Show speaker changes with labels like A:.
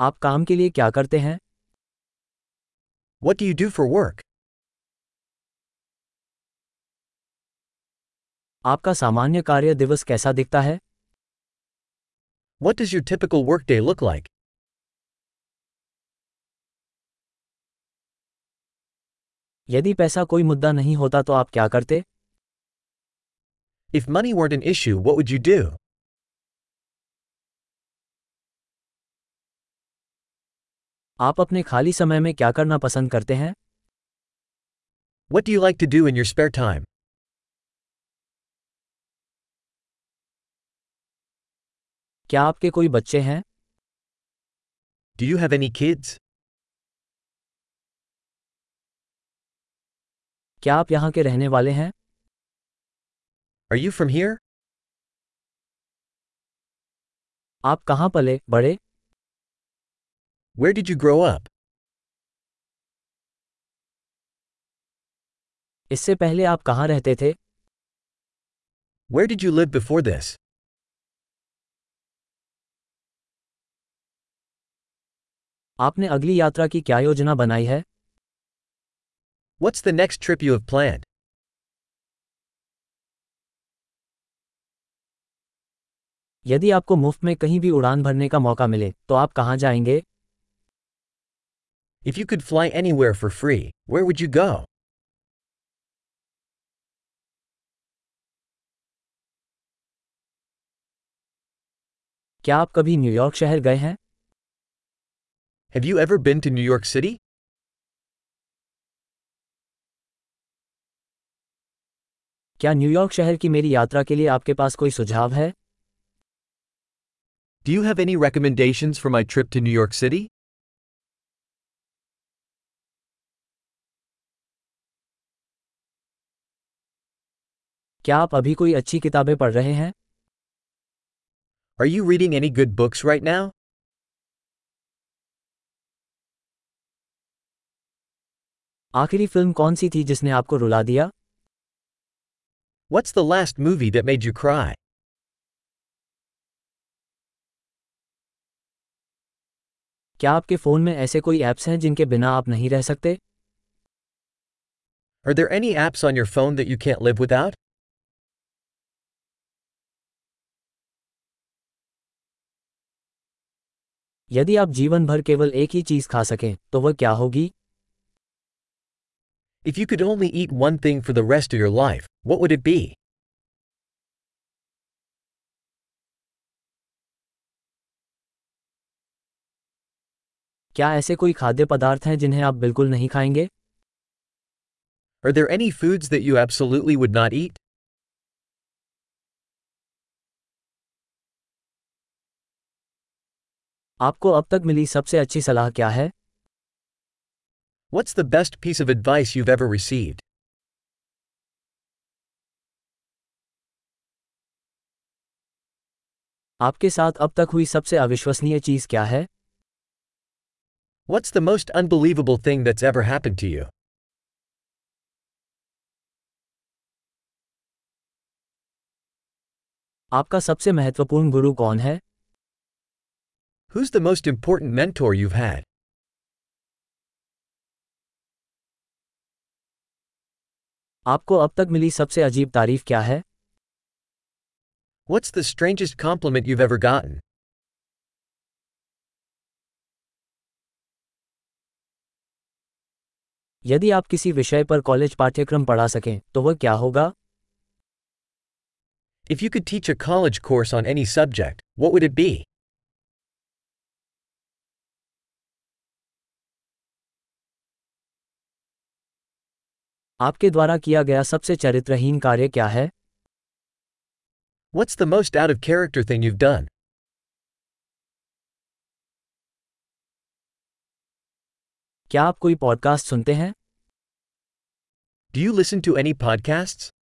A: आप काम के लिए क्या करते हैं
B: What do you do for work?
A: आपका सामान्य कार्य दिवस कैसा दिखता है
B: What does your typical workday look like?
A: यदि पैसा कोई मुद्दा नहीं होता तो आप क्या करते
B: If money weren't an issue, what would you do?
A: आप अपने खाली समय में क्या करना पसंद करते हैं
B: What do you like to do in your spare time?
A: क्या आपके कोई बच्चे हैं
B: Do you have any kids?
A: क्या आप यहाँ के रहने वाले हैं
B: Are you from here?
A: आप कहाँ पले बड़े
B: Where did you grow up?
A: इससे पहले आप कहाँ रहते थे
B: Where did you live before this?
A: आपने अगली यात्रा की क्या योजना बनाई है
B: What's the next trip you have planned?
A: यदि आपको मुफ्त में कहीं भी उड़ान भरने का मौका मिले तो आप कहाँ जाएंगे
B: If you could fly anywhere for free, where would you go?
A: क्या आप कभी न्यूयॉर्क शहर गए हैं
B: Have you ever been to New York City?
A: क्या न्यूयॉर्क शहर की मेरी यात्रा के लिए आपके पास कोई सुझाव है
B: Do you have any recommendations for my trip to New York City?
A: क्या आप अभी कोई अच्छी किताबें पढ़ रहे हैं
B: Are you reading any good books right now?
A: आखिरी फिल्म कौन सी थी जिसने आपको रुला दिया
B: What's the last movie that made you cry?
A: क्या आपके फ़ोन में ऐसे कोई ऐप्स हैं जिनके बिना आप नहीं रह सकते
B: Are there any apps on your phone that you can't live without?
A: यदि आप जीवन भर केवल एक ही चीज़ खा सकें तो वह क्या होगी
B: If you could only eat one thing for the rest of your life, what would it be?
A: क्या ऐसे कोई खाद्य पदार्थ हैं जिन्हें आप बिल्कुल नहीं खाएंगे
B: Are there any foods that you absolutely would not eat?
A: आपको अब तक मिली सबसे अच्छी सलाह क्या है
B: What's the best piece of advice you've ever received?
A: आपके साथ अब तक हुई सबसे अविश्वसनीय चीज़ क्या है
B: What's the most unbelievable thing that's ever happened to you?
A: आपका सबसे महत्वपूर्ण गुरु कौन है
B: Who's the most important mentor you've had?
A: आपको अब तक मिली सबसे अजीब तारीफ क्या है
B: What's the strangest compliment you've ever gotten?
A: यदि आप किसी विषय पर कॉलेज पाठ्यक्रम पढ़ा सकें तो वह क्या होगा
B: If you could teach a college course on any subject, what would it be?
A: आपके द्वारा किया गया सबसे चरित्रहीन कार्य क्या है
B: What's the most out of character thing you've done?
A: क्या आप कोई पॉडकास्ट सुनते हैं
B: Do you listen to any podcasts?